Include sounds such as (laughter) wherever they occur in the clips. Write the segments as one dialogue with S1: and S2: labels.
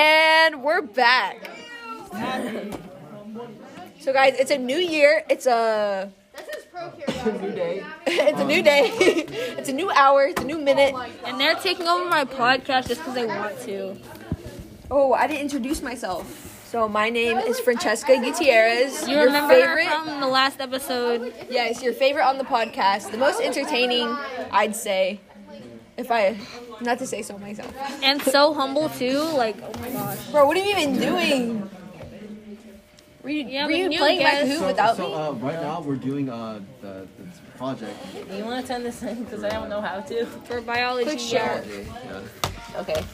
S1: And we're back. so guys, it's a new year. It's a (laughs)
S2: That says pro care. guys.
S1: it's a new day. (laughs) it's a new hour. It's a new minute.
S3: And they're taking over my podcast just because they want to.
S1: Oh, I didn't introduce myself. So my name is Francesca Gutierrez.
S3: You
S1: your
S3: remember
S1: favorite?
S3: from the last episode?
S1: yes, your favorite on the podcast. The most entertaining, I'd say. If I not to say so myself.
S3: And so humble too. Like, oh my gosh.
S1: Bro, what are you even doing? Were you,
S3: Yeah,
S1: were
S3: but
S1: you
S3: new
S1: playing
S3: guest.
S1: Mac Who
S4: So,
S1: without
S4: so,
S1: me?
S4: Uh, right now we're doing uh, the, the project.
S5: You want to turn this in because I don't know how to.
S3: For biology.
S1: Good
S3: Yeah.
S1: shot.
S4: Yeah.
S5: Okay.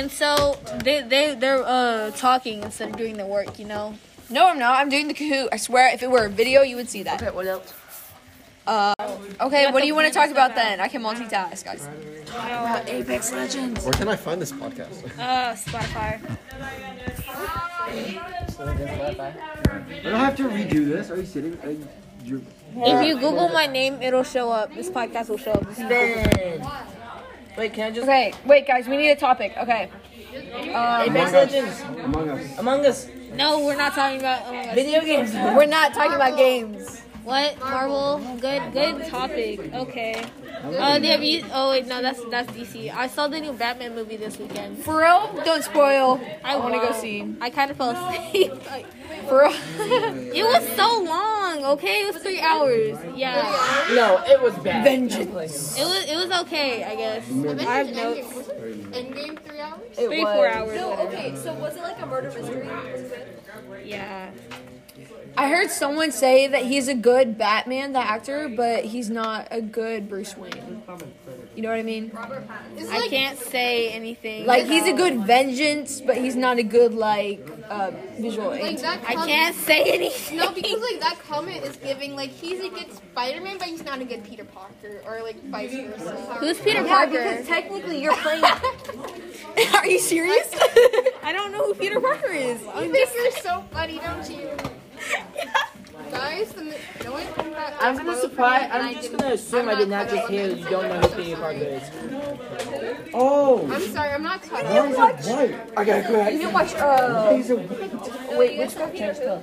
S3: And so they they they're uh talking instead of doing the work, you know.
S1: No, I'm not. I'm doing the Kahoot. I swear, if it were a video, you would see that.
S5: Okay. What else?
S1: Uh, okay,
S3: got
S1: what do
S3: the
S1: you want to
S3: blender
S1: talk about
S3: stuff out.
S1: then? I can multitask, guys.
S4: Where can I find this podcast?
S1: Ah,
S3: Uh, Spotify.
S4: I don't have to redo this. Are you sitting? Uh, you're,
S3: If you Google my name, it'll show up. This podcast will show up. This is-
S5: Ben. Wait, can I just?
S1: Okay, wait, guys, we need a topic. Okay.
S5: Apex Legends,
S4: among us.
S5: Among Us,
S3: No, we're not talking about. Oh my gosh.
S5: video games.
S1: We're not talking about games.
S3: What Marvel? Good, good topic. Okay. Uh, they have you. Oh wait, no, that's that's DC. I saw the new Batman movie this weekend.
S1: For real? Don't spoil.
S3: I
S1: wanna go
S3: won't.
S1: see.
S3: I kind of fell asleep. (laughs)
S1: For (laughs) real?
S3: It was so long. Okay, it was three hours. Yeah,
S5: No, it was bad.
S1: Vengeance.
S3: it was. It was okay, I guess.
S2: Avengers
S3: I have
S2: Endgame,
S3: notes.
S2: was it Endgame three hours?
S3: Three, four hours.
S6: No,
S1: Oh,
S6: okay, so was it like a murder mystery? Was it good?
S3: Yeah.
S1: I heard someone say that he's a good Batman, the actor, but he's not a good Bruce Wayne. You know what I mean?
S3: I can't say anything.
S1: Like, he's a good vengeance, but he's not a good, like, uh, visual
S2: Like
S1: aid.
S2: that.
S3: I
S2: com-
S3: can't say anything.
S2: No, because like that comment is giving like he's a good Spider-Man, but he's not a good Peter Parker, or like vice versa.
S3: Who's Peter
S6: Yeah,
S3: Parker?
S6: because technically you're playing.
S3: (laughs)
S1: Are you (laughs) serious?
S3: I don't know who Peter Parker is.
S2: You think you're so funny, don't you? Guys, the mi- no one from that.
S5: I'm gonna surprise. I'm just gonna assume I did not just hear you don't know who Peter Parker is.
S4: Oh,
S2: I'm sorry, I'm not caught
S4: why is
S2: up.
S4: it white? I gotta go.
S6: You watch. Uh,
S4: Is it white?
S6: wait, which Peter?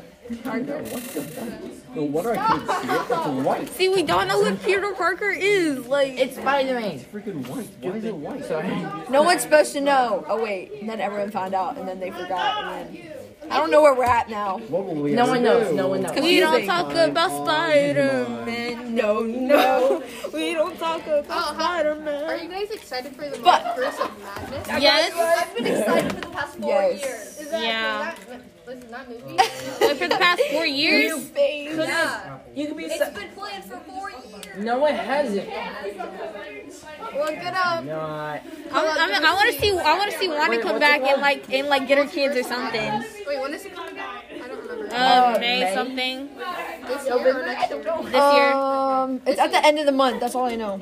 S4: No wonder I couldn't see it. It's white.
S3: See, we don't know who Peter Parker is. Like,
S5: It's Spider-Man.
S4: Freaking white. Why is it white?
S5: Sorry.
S1: No one's supposed to know. Oh wait, and then everyone found out, and then they forgot. And then I don't know where we're at now.
S4: What will we
S5: No
S4: ever
S5: one knows.
S4: do?
S5: No one knows.
S3: we don't
S1: confusing.
S3: talk about
S4: Oh,
S3: Spider Man.
S1: No, (laughs) no.
S3: We don't talk about
S2: Oh, how-
S3: Spider
S2: Are
S3: Man.
S2: you guys excited for the
S1: But-
S2: multiverse of madness?
S3: Yes.
S6: I've been excited for the past four
S1: Yes.
S6: years.
S2: Is that,
S3: Yeah.
S2: Is that, was it that movie?
S3: Like, for the past four years.
S6: Yeah,
S5: You could be.
S6: it's
S5: So-
S6: been planned for four years.
S5: no one has it.
S2: well, um, get up.
S5: No. I-
S3: I'm, I'm, I want to see. I want to see Wanda come back and like and like get her kids or something.
S2: Wait, when is it coming back? I don't remember.
S3: Uh, May Uh, something
S2: this year or next year?
S3: this year.
S1: Um, it's at the end of the month. That's all I know.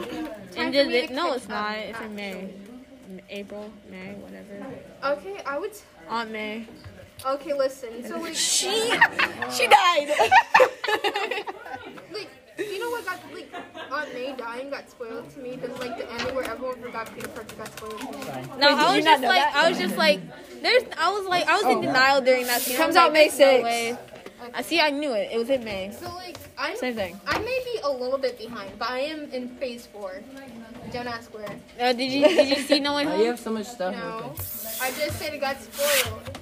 S3: And did it, no, it's not. It's in May, April, May, whatever.
S2: Okay, I would. T-
S3: Aunt May.
S2: okay, listen. So like,
S1: She, she died.
S2: like you know what got like Aunt May dying got spoiled to me because like the ending where everyone forgot Peter Parker got spoiled to me.
S3: (laughs) No,
S1: Wait, did
S3: I
S1: you
S3: was
S1: not
S3: just
S1: know
S3: like,
S1: that?
S3: I was just like, there's, I was like, I was in denial during that scene. I
S1: Comes
S3: was
S1: out
S3: like,
S1: May
S3: there's no
S1: 6th.
S3: way. I see. I knew it. It was in May.
S2: So like I'm.
S1: Same thing.
S2: I may be a little bit behind, but I am in phase four. Don't ask where.
S3: Uh, did you Did you see No (laughs) One
S5: Why do you
S3: Home?
S5: have so much stuff.
S2: No,
S5: open?
S2: I just said it got spoiled.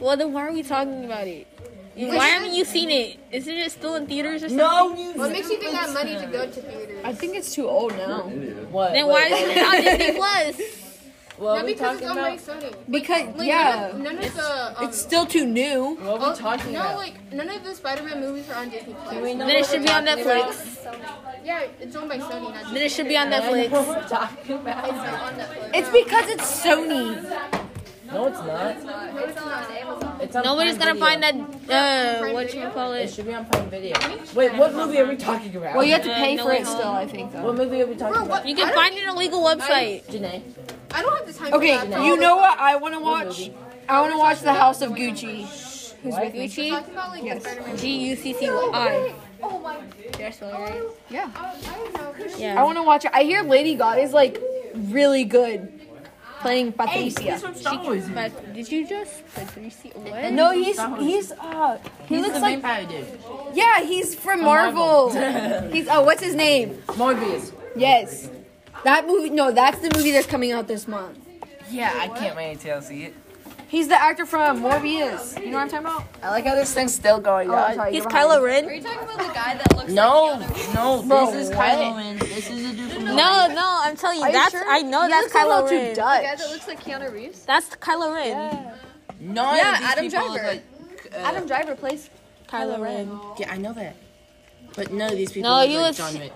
S3: Well, then why are we talking about it? Why haven't you seen it? Isn't it still in theaters or something?
S5: No. You
S2: What makes you think I have money to go to theaters?
S1: I think it's too old now.
S5: What? what-
S3: Then why is it on Disney Plus?
S5: What
S2: No,
S5: are we
S2: because it's
S5: talking
S2: on
S5: about?
S2: my Sony.
S1: Because
S2: Like,
S1: yeah,
S2: None of, none of the. Um,
S1: it's still too new.
S5: What are
S2: oh,
S5: we talking
S2: no,
S5: about?
S2: like none of the Spider-Man movies are on Disney Plus.
S5: We know
S3: Then it
S5: what
S3: should
S5: we're
S3: be on
S5: talking
S3: Netflix.
S2: Yeah, it's owned by Sony, not
S3: Then
S2: Disney.
S3: it should be on
S5: about. (laughs) I know
S7: (laughs)
S3: Netflix.
S5: what we're talking about.
S2: (laughs) It's not on Netflix.
S1: It's because it's Sony.
S5: No, it's not.
S2: no, it's not.
S5: It's on
S3: Nobody's
S5: Prime
S3: gonna find
S5: Video.
S3: that. Uh, what you call
S5: It
S3: it?
S5: should be on Prime Video. Wait, what movie are we talking about?
S1: Well, you have to
S3: Uh,
S1: pay
S3: No
S1: for
S3: Way
S1: it still.
S3: Home.
S1: I think though.
S5: What movie are we talking
S2: Bro,
S5: about?
S2: what?
S3: You
S2: I
S3: can
S2: don't
S3: find it on a legal website.
S5: Janae.
S2: I don't have the time.
S1: Okay,
S2: for that.
S1: you know what I want to watch? I want to watch The House of Gucci. Who's
S5: What?
S1: with me?
S2: We're
S3: Gucci.
S2: talking about like
S1: Yes.
S2: Spider-Man.
S3: G U C C
S2: No,
S3: Y.
S2: wait. Oh my.
S3: Did I spell it right?
S1: Yeah.
S2: I, I don't know.
S1: I
S3: Yeah.
S1: want to watch it. I hear Lady Gaga is like really good. playing Patricia.
S3: But did you just Patricia? What?
S1: No, he's he's uh he
S7: He's
S1: looks
S7: the
S1: like
S7: vampire dude.
S1: yeah he's from Marvel.
S3: (laughs)
S1: he's oh what's his name?
S7: Morbius.
S1: Yes, that movie. No, that's the movie that's coming out this month.
S7: Yeah, I can't wait until I see it.
S1: He's the actor from Morbius. You know what I'm talking about?
S7: I like how this thing's still going on.
S3: He's Kylo
S6: Are
S3: Ren.
S6: you talking about the guy that looks
S7: No,
S6: like the other
S7: no,
S1: Bro,
S7: this is
S1: what?
S7: Kylo Ren. This is a dude from.
S3: No, no, I'm telling you, that's I know that's Kylo Ren.
S6: the guy that looks like Keanu Reeves?
S3: That's Kylo Ren.
S7: None
S6: Yeah,
S7: of these
S6: Adam
S7: people
S6: Driver.
S7: look like. Uh,
S6: Adam Driver plays.
S3: Kylo Ren.
S7: Yeah, I know that. But none of these people
S3: No,
S7: look
S3: you
S7: like
S3: was-
S7: John Wick.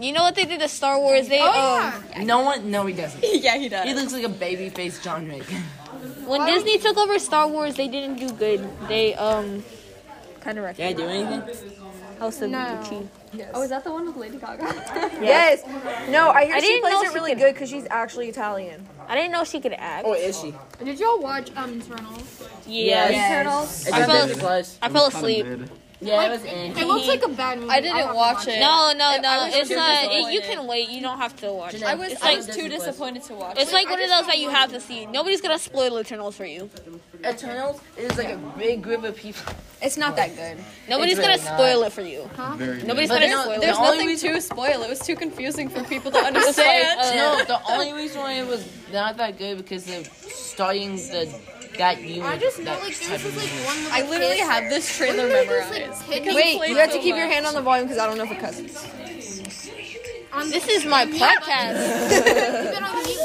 S3: You know what they did to Star Wars? They um,
S7: No one. No, he doesn't.
S3: yeah, he does.
S7: He looks like a baby faced John Wick.
S3: When Disney took over Star Wars, they didn't do good. They um kind of wrecked
S7: Did I do anything?
S3: House of Gucci.
S6: Oh, is that the one with Lady Gaga?
S1: Yes. No, I hear
S3: I
S1: she
S3: didn't
S1: plays
S3: know
S1: it
S3: she
S1: really
S3: could-
S1: good because she's actually Italian.
S3: I didn't know she could act.
S7: Or Oh, is she?
S2: Did y'all watch um Eternals?
S3: yes.
S6: Eternals.
S7: It's
S3: I
S7: not
S3: fell-
S7: Disney Plus.
S3: I fell asleep.
S7: Yeah, it was. eh.
S2: It looks like a bad movie.
S6: I didn't
S2: have
S6: watch it.
S3: No, no, no.
S6: was
S3: It's
S6: too
S3: not. It, you
S6: disappointed.
S3: can wait. You don't have to watch. it.
S6: I was,
S3: It's
S6: I
S3: like
S6: was too disappointed to watch.
S3: it's like one of those that you have to see. Nobody's gonna spoil Eternals for you.
S7: Eternals is like a big group of people.
S1: It's not that good.
S3: Nobody's
S7: really
S3: gonna spoil it for you. Nobody's
S7: But
S3: gonna
S7: there's-
S3: spoil
S7: there's
S3: it.
S7: The only
S6: nothing to spoil. It was too confusing for people to understand.
S7: no, the only reason why it was not that good because they're starting the that unit.
S2: I just know
S7: that
S2: like there
S7: type of
S2: was just like
S7: movie.
S2: one. Little
S6: I literally
S2: kid.
S6: have this trailer
S2: Wasn't there just, like,
S6: memorized.
S2: ten
S6: Because
S2: Wait,
S6: it
S1: Wait,
S6: played
S1: you have
S6: so
S1: to keep your
S6: much.
S1: hand on the volume because I don't know if it cusses.
S2: On
S3: This is my podcast.
S2: Keep it on the mute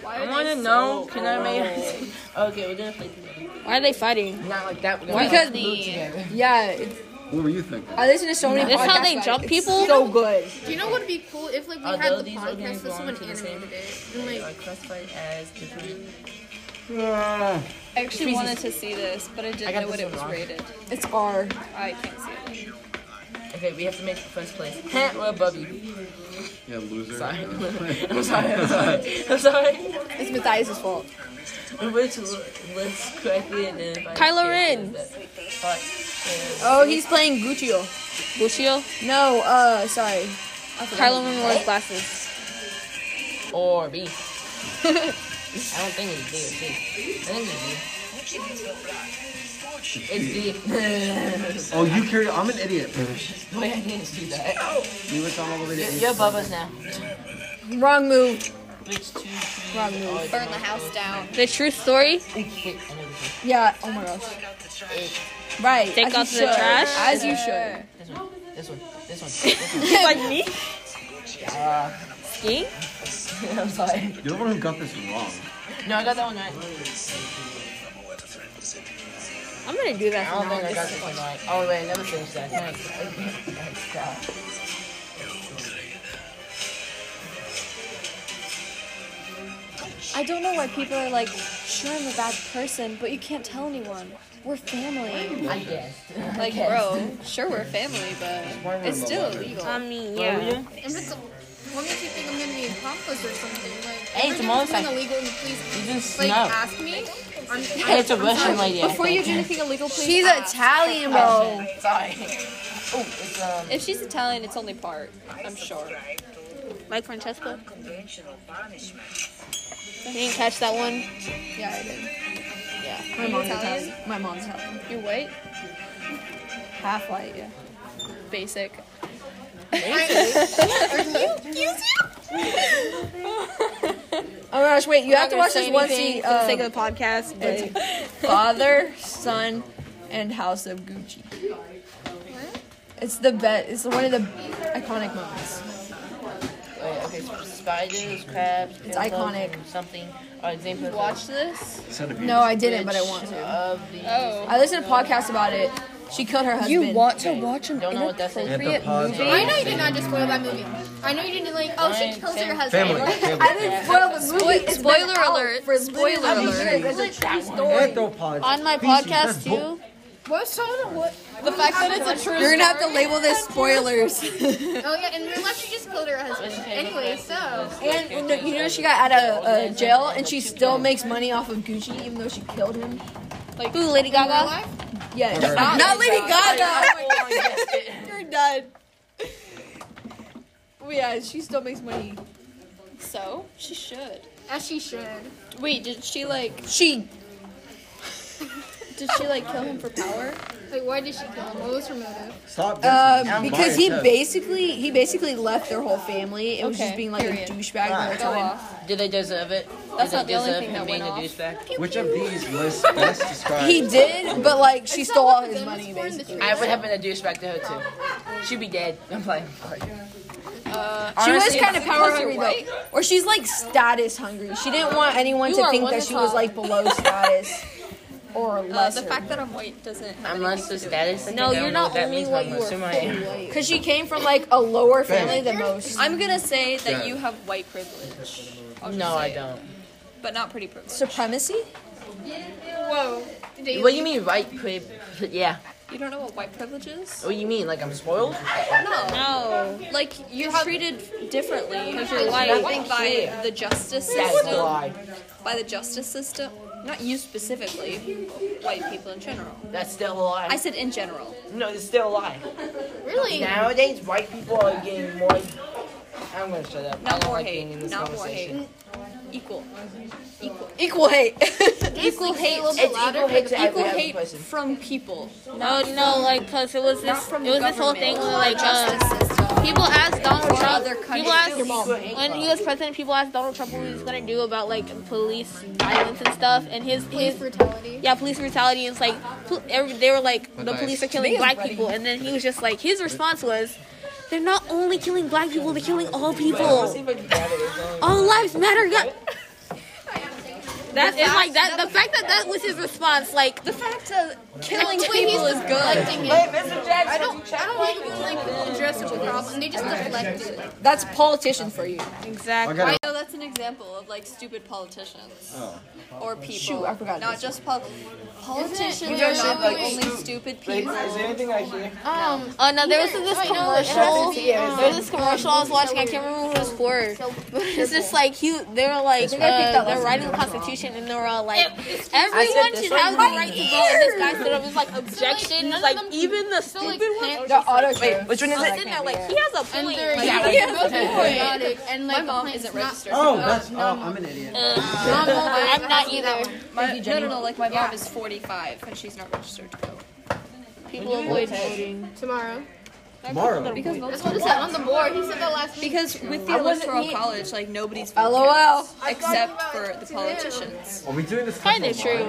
S2: button.
S7: I want to know. Can I
S2: (laughs)
S7: make? okay, we're gonna play together.
S3: Why are they fighting?
S7: Not like that. We're
S3: Why because
S7: gonna do it together.
S1: Yeah, it's,
S4: What were you thinking?
S1: I listen to so many.
S3: This how
S1: podcasts,
S3: they
S1: like,
S3: jump
S1: it's
S3: people?
S1: So good.
S2: Do you know what would be cool if like we
S7: Although
S2: had the
S7: these are gonna
S2: podcast with
S7: belong
S2: someone
S7: to the same-
S2: animated it and
S7: Are
S2: like
S7: classified as different.
S4: Ah.
S6: I actually wanted to see this, but I didn't
S7: got
S6: know what
S7: this
S6: it was
S7: one wrong.
S6: rated.
S1: It's R.
S6: I can't see it.
S7: Okay, we have to make the first place. Heh, we're above you.
S4: Yeah, loser. (laughs)
S7: Sorry.
S4: Yeah.
S7: I'm sorry.
S3: (laughs)
S7: I'm sorry. I'm sorry. (laughs)
S1: It's Matthias' fault.
S7: Which let's correctly identify.
S3: Kylo Ren.
S7: Fuck.
S1: Oh, he's playing Guccio.
S3: Lucio,
S1: No, uh, sorry.
S3: Kylo Ren wears glasses.
S7: Or B. (laughs) I don't think it's D. It's D. I think it's D. It's D. (laughs)
S4: Oh, you carry. I'm an idiot.
S7: Wait, I didn't see that.
S4: You were talking about
S7: You're,
S4: it.
S7: you're above us now.
S1: Wrong move.
S7: Bitch, two, three.
S1: Wrong move.
S7: oh,
S6: Burn the house down.
S3: The true story.
S7: it's- wait, I know this one.
S1: Yeah. Oh my gosh. Right.
S3: Take
S1: as
S3: out
S1: you
S3: the
S1: should.
S3: trash?
S1: As you should.
S7: This one. This one. This one. (laughs) This one.
S3: like me? Skiing?
S7: (laughs) I'm sorry.
S4: You're the one who got this wrong.
S7: No, I got that one right.
S3: I'm gonna do that.
S7: I don't think I got this one right. Oh, wait, I never finished that. Nice. Nice job.
S8: I don't know why people are like, sure, I'm a bad person, but you can't tell anyone. We're family.
S7: I guessed.
S6: Like, bro, sure we're family, but it's still illegal. Um,
S3: I mean, yeah.
S2: if it's a, what makes you think I'm gonna be an accomplice or something? Like,
S7: Hey,
S2: if
S7: it's a
S2: you're doing
S7: motorcycle.
S2: something illegal, then please
S7: You just
S2: like
S7: know.
S2: ask me. I'm,
S7: Hey, it's a Russian lady. I
S6: Before you
S7: think.
S6: do anything illegal, please.
S1: She's
S6: ask.
S1: Italian, bro.
S7: Sorry. (laughs) Oh, it's um.
S6: If she's Italian, it's only part. I'm sure.
S3: Like Francesca. You didn't catch that one.
S1: Yeah, I did.
S3: Yeah.
S1: My mom's
S6: Italian?
S1: Italian. My mom's Italian.
S6: You're white.
S1: Half white. Yeah.
S6: Basic.
S1: Oh my gosh! Wait, you have to
S3: gonna
S1: watch
S3: say
S1: this one
S3: anything
S1: scene.
S3: for the
S1: um,
S3: sake of the podcast, but
S1: Father, Son, and House of Gucci. It's the best. It's one of the iconic moments.
S7: Wait, Oh, okay, so spiders, crabs, it's
S1: iconic.
S7: Something are examples
S6: Watch this.
S4: Said abuse.
S1: No, I didn't, but I want to.
S7: of the.
S6: Oh.
S1: I listened to a podcast about it. She killed her husband.
S8: to watch an
S7: Don't know what that's like.
S4: You have to pause.
S2: I know you did not just spoil that movie. I know you didn't like. Oh, she
S7: Mine,
S2: kills her
S7: same.
S2: husband.
S4: Family. family.
S1: I didn't spoil the movie. It's been
S6: spoiler
S1: out
S6: alert,
S1: For spoiler alert.
S4: Anthropology.
S3: on my
S4: Species,
S3: podcast
S4: that's bull-
S3: too.
S2: What's so what?
S6: The fact that it's a true.
S1: You're gonna have to label this spoilers. and
S2: Oh yeah, in real life she just killed her husband. Anyway, so
S1: you know, you know she got out of uh, jail, and she still makes money off of Gucci, even though she killed him.
S3: Like, Ooh, Lady Gaga.
S1: Yeah, not, not Lady
S2: Oh
S1: Gaga. (laughs) You're done. But yeah, she still makes money
S6: so she should.
S2: As she should.
S6: Wait, did she like?
S1: She.
S6: Did she like kill him for power?
S2: Like, why did she kill him? What was her motive?
S4: Stop.
S1: Uh, because he basically he basically left their whole family and was
S6: Okay,
S1: just being like
S6: period.
S1: a douchebag the
S6: Go
S1: whole time.
S6: off.
S7: Did they deserve it?
S6: That's
S7: did
S6: not
S7: they
S6: the only
S7: deserve
S6: thing
S7: him
S6: that
S7: being a
S6: went off.
S7: douchebag?
S4: Which of these was best described?
S1: He did, but like she
S2: Is that
S1: stole
S2: what
S1: all
S2: the
S1: his
S2: gun was
S1: money
S2: for in the
S1: basically.
S2: tree?
S7: I would have been a douchebag to her too. She'd be dead. I'm playing. I'm playing.
S1: She was
S7: Honestly,
S1: kind of
S7: because
S1: power
S7: you're
S1: hungry
S7: white.
S1: though, or she's like status hungry. She didn't want anyone
S6: You
S1: to
S6: are
S1: think
S6: one
S1: that
S6: to
S1: she was
S6: talk.
S1: like
S6: (laughs)
S1: below status or
S6: Uh,
S1: lesser.
S6: the fact that I'm white doesn't. Have
S7: Unless the status.
S3: No, you're not only what you
S7: assume I am.
S1: because she came from like a lower family than most.
S6: I'm gonna say that
S4: Yeah.
S6: you have white privilege. I'll just
S7: No,
S6: say
S7: I
S6: it.
S7: don't.
S6: But not pretty privilege.
S1: Supremacy?
S2: Whoa. Did they
S7: What do you mean, right? Pri- yeah.
S6: you don't know what white privilege is?
S7: What do you mean? Like I'm spoiled?
S6: No.
S3: No.
S6: Like you're treated differently. Because
S3: you're white.
S6: I think by the justice
S7: That's a
S6: system.
S7: lie.
S6: By the justice system. Not you specifically. White people in general.
S7: That's still a lie.
S6: I said in general.
S7: no, it's still a lie.
S2: Really?
S7: Nowadays, white people are getting more. I'm gonna shut up. I
S6: Not
S7: don't
S6: more
S7: like being in
S6: hate.
S7: this
S6: Not more
S7: conversation.
S6: hate. Equal. (laughs) Equal.
S1: Equal hate.
S6: Equal hate.
S7: It's equal hate to every
S6: Equal
S7: other
S6: hate
S7: person.
S6: from people.
S3: No, no, like, plus it was this, it was this whole thing where, like, uh,
S6: system.
S3: people asked Donald Trump,
S6: other
S3: people asked, when he was president, people asked Donald Trump what he was gonna do about, like, police violence and stuff, and his,
S2: Police
S3: his,
S2: brutality.
S3: yeah, police brutality, and it's like, pl- every- they were like, the
S4: nice.
S3: police are killing black people, and then he was just like, his response was, they're not only killing black people, they're killing all people.
S7: See if I can gather it.
S3: All lives matter. God. That is like that. The fact that that was his response, like
S6: The fact that killing people is good.
S7: Hey, Mr. Jackson,
S2: I don't, I don't think it was like addressing the problem. They just deflected.
S1: That's politician for you.
S4: I
S3: exactly.
S4: gotta
S6: No, that's an example of like stupid politicians
S7: Oh.
S6: or people.
S1: Shoot, I forgot
S6: Not
S1: this.
S6: just pol- politicians
S7: Isn't-
S6: are not
S7: Wait,
S6: the
S7: wait,
S6: only
S7: wait.
S6: stupid
S7: Like,
S6: people.
S7: is there anything I hear?
S2: Um,
S3: Oh no, there was this commercial. There was this commercial I was watching. I can't remember what it was for. (laughs) But it's just like he. They were like uh, they're writing the Constitution and they were all like, everyone should have the right to vote. And this guy stood up and was like objection.
S2: none of
S3: Like
S2: them-
S3: even the
S2: so, like,
S3: stupid one.
S2: pan-
S1: The auto tune.
S7: Which one is
S3: I was
S7: it?
S3: sitting there like he has a
S2: and
S3: point.
S2: they're
S3: Like, (laughs)
S2: yeah,
S3: yeah.
S2: both patriotic and like
S6: My mom
S2: complaints
S6: isn't
S2: not-
S6: registered.
S4: Oh, that's. Oh, I'm an idiot.
S2: Mom, mom,
S3: I'm
S2: I
S3: not
S2: see that
S3: either.
S2: one.
S6: My, no, no, no. Like my mom is 45 and she's not registered to vote.
S3: People avoid voting.
S2: Tomorrow.
S4: Tomorrow.
S6: Because
S2: That's what it said on the board. He said that last week.
S6: because with the electoral college, like nobody's vote
S1: LOL.
S6: counts, except for the politicians.
S4: Are we doing this?
S3: Kind of true.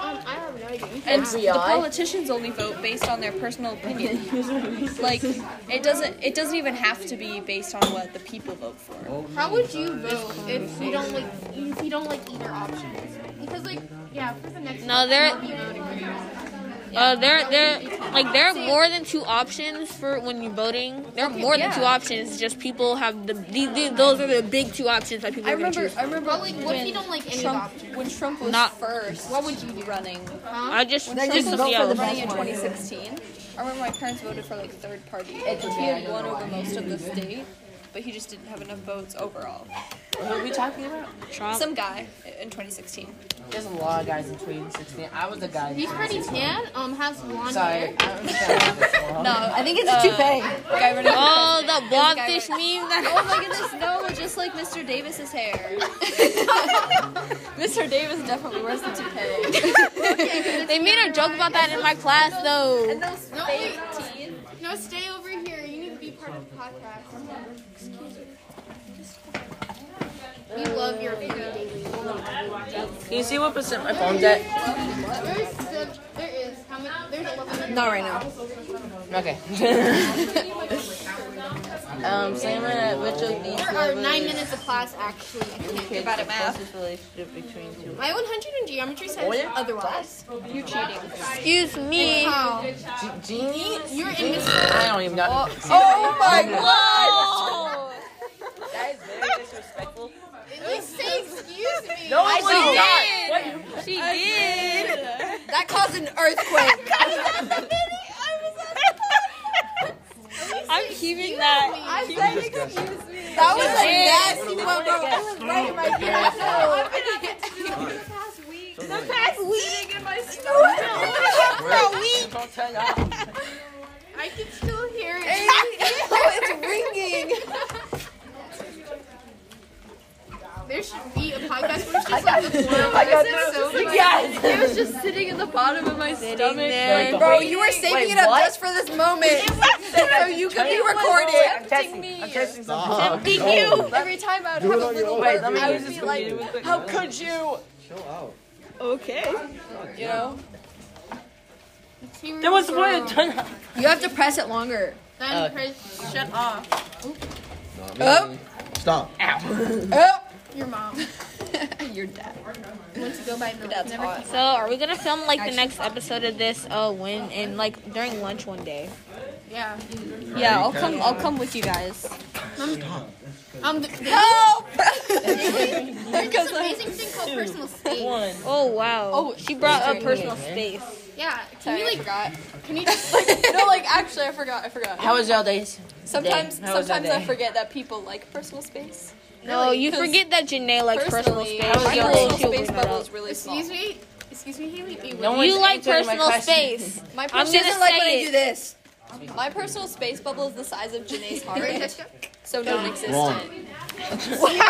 S2: Um, I have no idea.
S6: And the
S7: FBI?
S6: politicians only vote based on their
S1: (laughs)
S6: personal opinion. like it doesn't it doesn't even have to be based on what the people vote for.
S2: How would you vote if you don't like if you don't like either option? Because like yeah, for the next
S3: No, they're uh, they're they're like there are more than two options for when you're voting. There are more than two
S6: yeah.
S3: options. it's Just people have the, the, the those are the big two options that people
S6: I
S3: are gonna
S6: remember
S3: choose.
S6: I remember
S2: But like, what if you don't like any
S6: Trump
S2: option?
S6: when Trump was
S3: Not-
S6: first
S2: What would you do?
S6: running.
S3: I just
S6: um, When
S3: just
S6: Trump was
S3: something else.
S6: running in 2016, I remember my parents voted for like third party. because He had won over most of the state, but he just didn't have enough votes overall.
S7: What are we talking about?
S3: Trump.
S6: Some guy
S2: (laughs)
S6: in 2016.
S7: There's a lot of guys in 2016. I was a guy. in
S2: He's pretty tan. Um, has blonde
S7: Sorry.
S2: hair.
S7: I don't understand this one.
S6: No, I think
S1: It's a toupee.
S6: guy running.
S3: Oh,
S6: (laughs)
S3: the
S6: guy
S3: blobfish
S6: right-
S3: meme. That
S6: Oh my goodness, no, just like Mr. Davis's hair. (laughs) Mr. Davis definitely wears the toupee.
S3: they made a joke about that in my class though.
S6: Those
S2: No, wait.
S6: teeth.
S2: No, stay over here. You need to be part of the podcast. We love your opinion daily.
S7: Can you see what percent my phone's at?
S2: There's sev- there is how many? There's eleven.
S1: Not right now.
S7: Okay. um, Sam, uh, which of these
S2: There are nine minutes of class actually.
S7: You're
S6: bad at math.
S7: relationship between two.
S2: My 100 in geometry says
S7: Oil?
S2: otherwise.
S6: You're cheating.
S3: Excuse me.
S2: How?
S7: G- Genie?
S2: You're in this.
S7: I don't even know.
S1: Oh my god!
S7: That is very disrespectful.
S2: You say excuse me.
S7: No, I
S1: did.
S7: did not.
S3: She did.
S1: That caused an (laughs) earthquake.
S3: (laughs) I'm keeping that.
S2: I
S4: This
S2: said
S4: disgusting.
S1: That was a nasty one, bro. I was right in my face. (laughs)
S7: Don't turn off.
S2: I can still hear it.
S1: (laughs) Oh, it's ringing.
S2: be a podcast where it's just like the four of us and so
S6: Yes! It was just sitting in the bottom of my stomach.
S3: there.
S6: Like,
S1: Bro, you were saving it up just for this moment, (laughs) so you could be recorded.
S5: I'm testing. I'm testing something.
S6: Thank you! Every time I would have a little
S5: Wait, let me
S6: I
S5: use
S6: would
S5: this
S6: be like,
S5: computer real quick.
S6: how could you?
S4: Chill out.
S6: Okay. You know?
S5: Then what's the point of turning?
S1: You have to press it longer. Uh,
S2: Then Chris, shut off.
S1: Up,
S4: Stop.
S1: up.
S2: Your mom.
S1: Your dad.
S2: Once you go by milk, never
S3: So are we gonna film like the next episode of this? Oh, when and like during lunch one day.
S2: Yeah.
S3: Yeah, I'll come. I'll come with you guys.
S2: Um, the, the,
S1: Help!
S2: there's this amazing thing called personal space.
S5: One.
S3: Oh wow. Oh, she brought up personal space.
S2: Yeah. Can you like?
S6: forgot.
S2: Can you just like?
S6: (laughs) No, like actually, I forgot. I forgot.
S7: How was y'all days?
S6: Sometimes,
S7: How was that
S6: sometimes I
S7: day?
S6: forget that people like personal space.
S3: No, you forget that Janae likes personal
S6: Personally,
S3: space.
S6: my
S3: She'll-
S6: personal
S3: she'll
S6: space
S3: bring that
S6: bubble
S3: up.
S6: is really small.
S2: Excuse me. Excuse me, Haley. Wait,
S7: No
S2: wait.
S7: one's
S3: You like
S7: answering my
S3: personal
S7: question.
S3: space.
S6: My,
S3: I'm
S6: personal,
S3: gonna
S1: Just like when I
S3: say
S1: do
S3: it.
S1: this.
S6: my personal space bubble is the size of Janae's
S2: Wait,
S6: heart,
S2: Jessica?
S6: so non-existent.
S4: Wrong.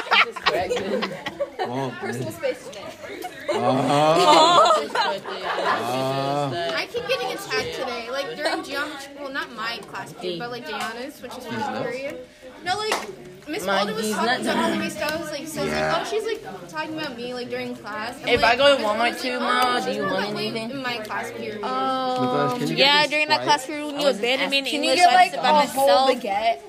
S4: Wrong.
S6: Personal space today.
S4: Uh-huh. Uh,
S2: I keep getting attacked today, like during geometry. Well, not my class period, but like Diana's, which is my period. No, like Miss
S7: Mine,
S2: Walden was
S7: these nuts.
S2: talking to all of my stuff. I was like, so I was like, oh, she's like talking about me like during class. And,
S7: If
S2: like,
S7: I go to
S2: Miss Walden
S7: Walmart
S2: was like,
S7: tomorrow,
S2: oh,
S7: do
S2: she's
S7: you
S2: not
S7: want
S2: that way
S7: anything? Oh,
S2: In my class period.
S4: Nicholas, can you
S3: Yeah,
S4: get me
S3: during that
S4: Sprite?
S3: class period when you abandoned me in
S1: Can you
S3: English,
S1: get
S3: I
S1: like
S3: just
S1: a
S3: by
S1: whole
S3: myself.
S1: baguette?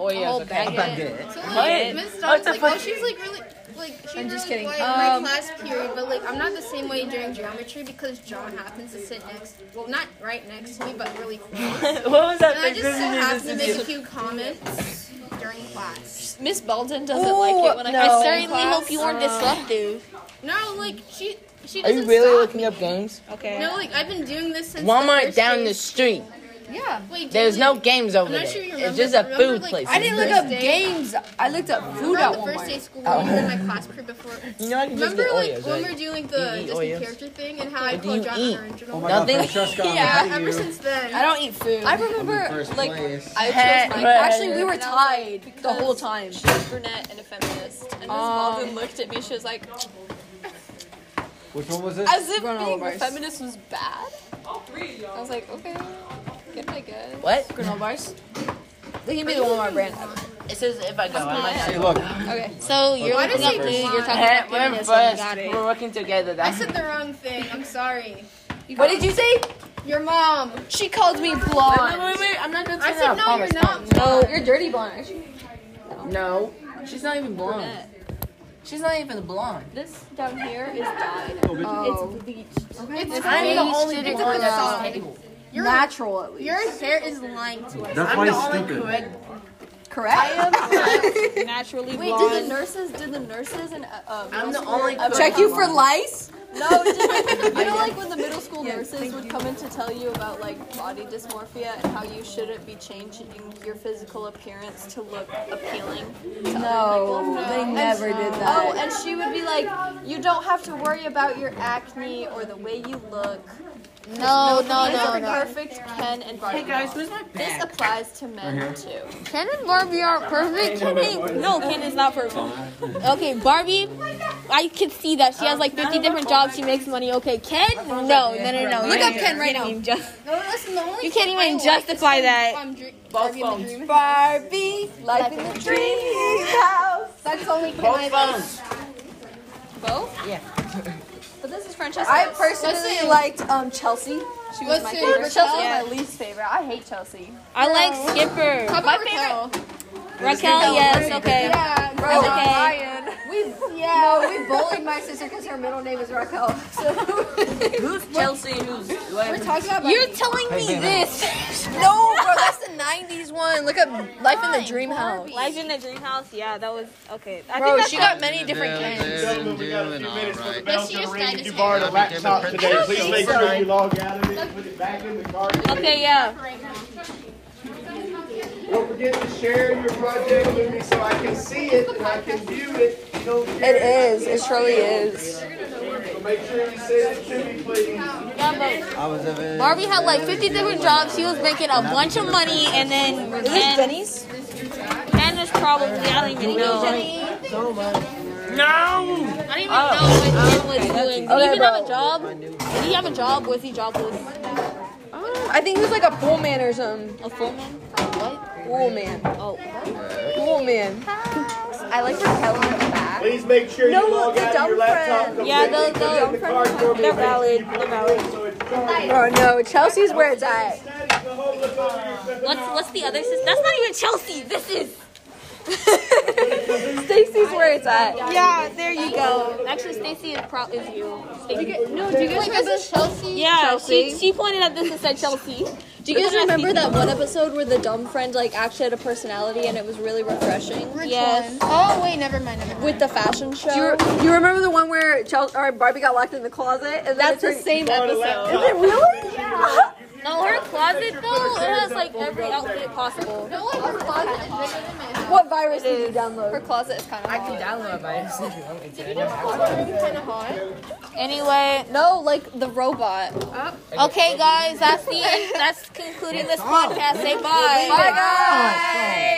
S7: Oh yeah,
S3: Whole
S7: it's okay.
S3: bag.
S4: Baguette.
S2: So
S7: What?
S2: like, Miss
S5: What
S2: Dawn's
S5: the
S2: like, oh,
S5: fuck?
S2: she's like really, like she's
S1: I'm just
S2: really
S1: kidding.
S2: quiet in
S1: Um,
S2: my class period, but like I'm not the same way during geometry because John happens to sit next, well, not right next to me, but really
S7: (laughs)
S2: close.
S5: What was that
S2: And I
S5: thing?
S2: just so happen to make a few comments during class.
S6: Miss Belden doesn't like it when I
S1: no.
S6: come
S3: I
S6: to
S3: certainly
S6: class.
S3: hope you weren't disruptive.
S2: No, like she, she
S7: Are
S2: doesn't
S7: you really
S2: stop
S7: looking
S2: me.
S7: up games?
S3: Okay.
S2: No, like I've been doing this since the
S7: Walmart
S2: first
S7: down
S2: day.
S7: the street.
S1: Yeah.
S2: Wait,
S7: There's
S2: Julie,
S7: no games over
S2: I'm not
S7: there.
S2: sure
S7: It's
S2: you remember,
S7: just a
S2: but remember,
S7: food
S2: like,
S7: place.
S1: I didn't look up
S2: Thursday.
S1: games. I looked up food
S2: Not
S1: at
S2: the first day
S1: Walmart.
S2: of school when we were in my class period before.
S7: Oh. (laughs) You know I can just
S2: Remember
S7: get
S2: like
S7: Oreos.
S2: when
S7: right?
S2: we were doing the
S7: You eat
S2: Disney
S7: Oreos?
S2: character thing and how I
S7: do
S2: called
S7: you
S2: John
S7: eat?
S2: original.
S4: Oh my
S7: Nothing.
S4: God, Francesca,
S2: (laughs)
S4: I'm
S6: Yeah,
S4: behind
S2: Ever
S4: you.
S2: since then.
S1: I don't eat food.
S6: I
S4: I'm in
S6: remember,
S4: first
S6: like,
S4: place.
S6: I
S7: Hey,
S6: chose my
S7: right.
S1: Actually, we were
S6: And I was
S1: tied
S6: like,
S1: the whole
S6: because
S1: time.
S6: She's brunette and a feminist, and Miss Belden looked at me. She was like,
S4: Which one was this?
S6: as if
S1: Granola
S6: being a
S1: bars.
S6: feminist was bad. I was like, okay, good, I guess.
S7: What?
S1: Granola bars. They can be the Walmart brand.
S7: It says if I go, I might not.
S4: Hey, look.
S3: So you're
S4: Why
S3: looking
S2: does
S3: up
S2: he
S3: food, you're talking
S7: Hey,
S3: about
S7: we're
S3: feminists, I
S7: first.
S3: got it.
S7: We're working together.
S2: I
S7: That's
S2: said the wrong thing.
S3: (laughs)
S2: I'm sorry.
S1: What did you say?
S2: Your mom.
S1: She called me blonde.
S3: (laughs)
S7: wait, wait. I'm not done.
S2: I said no, you're not.
S1: No, Oh, you're dirty blonde. aren't you?
S7: No, she's not even blonde. She's not even blonde.
S6: This down here is dyed.
S1: Oh,
S2: It's
S7: I'm the
S2: fake.
S7: only
S2: It's
S7: blonde at this
S2: fake.
S7: table.
S2: You're
S1: natural at least.
S2: Your hair is lying to us.
S4: That's
S7: I'm
S4: why
S7: the
S4: it's
S7: only
S4: stupid.
S7: correct.
S1: correct.
S6: Naturally blonde. Wait, did the nurses? Did the nurses and uh, uh,
S7: I'm the
S6: middle school-
S7: only correct.
S1: Check you for lice.
S6: No, it didn't. you know, like when the middle school nurses would come in to tell you about like body dysmorphia and how you shouldn't be changing your physical appearance to look appealing.
S1: No, they never did
S6: Oh,
S1: that.
S6: and she would be like, "You don't have to worry about your acne or the way you look.
S3: No, no, no,
S6: You're
S3: no.
S6: perfect, Ken and Barbie.
S7: Hey guys, where's my
S6: this
S7: bag?
S6: applies to men too.
S3: Ken and Barbie aren't perfect. Ken ain't- no, Ken is not perfect. Okay, Barbie, I can see that she has like 50 different jobs. She makes money. Okay, Ken, no, no, no, no. Look up Ken right now.
S2: No, listen, the only
S3: You can't
S2: thing I
S3: even
S2: like
S3: justify
S2: is when
S3: that.
S2: I'm drink-
S7: Both
S2: Barbie in the
S7: phones.
S2: dream.
S1: Barbie, life in the dream house.
S2: That's the only thing
S7: Both
S2: I like.
S7: phones.
S6: Both?
S7: Yeah.
S6: But this is Francesca.
S1: I personally
S2: Listen.
S1: liked um Chelsea.
S6: she was my
S2: Listen,
S6: favorite.
S2: Raquel-
S6: Chelsea was my least favorite. I hate Chelsea.
S3: I like Skipper.
S2: How about Raquel?
S3: Raquel, yes, okay.
S2: Yeah, bro.
S3: That's okay.
S1: We yeah, we (laughs) bullied my sister because her middle name is Raquel. So
S7: Who's Chelsea? Who's
S1: we're
S7: whatever?
S1: talking about.
S3: You're telling me this.
S1: no, (laughs) bro, that's the '90s one. Look up Life in the Dream House.
S3: Life in the Dream House, yeah, that was okay. I
S1: Bro,
S3: think
S1: she
S3: that's
S1: got many different kinds.
S9: we got a few minutes for the
S2: Yes,
S9: bell
S2: she
S9: to
S2: just
S9: ring.
S2: dyed
S9: If
S2: his
S9: you borrowed a
S2: hair.
S9: laptop today, please
S7: think
S9: make
S7: so.
S9: sure you log out of it, put it back in the garden.
S3: okay, yeah.
S9: Don't forget to share your project with me so I can see it and I can view it. Don't forget.
S1: It is. It surely is.
S9: So Make sure you send it to me, please.
S4: I was having.
S3: Barbie had like 50 different jobs. She was making a bunch of money, and then Ken, Ken was probably I don't even know.
S4: So much. No!
S3: I don't even know what Jim was doing. Did he even have a job? Did he have a job? Was he jobless?
S1: Oh, I think he was like a pool man or something.
S3: A full man? What?
S1: Pool man.
S3: Oh, what?
S1: Pool man.
S6: I like Raquel in the back.
S9: Please make sure
S6: No,
S9: you log
S6: the
S9: out of
S6: dumb
S9: your laptop.
S6: friend.
S3: Yeah,
S9: completely,
S3: the-
S9: put it
S3: the
S9: in
S3: dumb
S9: card
S3: friend.
S9: for me,
S3: They're
S9: make sure you
S3: valid.
S9: put
S3: They're
S9: it
S3: valid.
S9: in so it's charged.
S1: Oh no, Chelsea's where it's at.
S3: What's what's the other sister? That's not even Chelsea. This is.
S1: Stacy's where it's at.
S3: Yeah, there you go. Actually, Stacy is pro- is you. Stacy.
S6: No, do you guys remember?
S3: Yeah, she, she pointed at this and said Chelsea.
S6: Do you guys
S3: Doesn't that
S6: remember
S3: speak
S6: that one episode where the dumb friend like actually had a personality and it was really refreshing
S3: Yes.
S7: Oh wait, never mind. Never mind.
S6: with the fashion show?
S1: Do you, you remember the one where Chelsea or Barbie got locked in the closet? And then
S6: That's the
S1: it turned-
S6: same episode.
S1: Is it really? Yeah.
S3: No, her closet though, it has like every outfit possible.
S7: No, like her closet is bigger than my house.
S1: what virus did you download?
S6: Her closet is kind of
S4: I can download my
S7: Kind of hot.
S3: Anyway,
S6: no, like the robot.
S3: Oh. okay, guys, that's the end. That's concluding this podcast. Say bye. Bye, guys.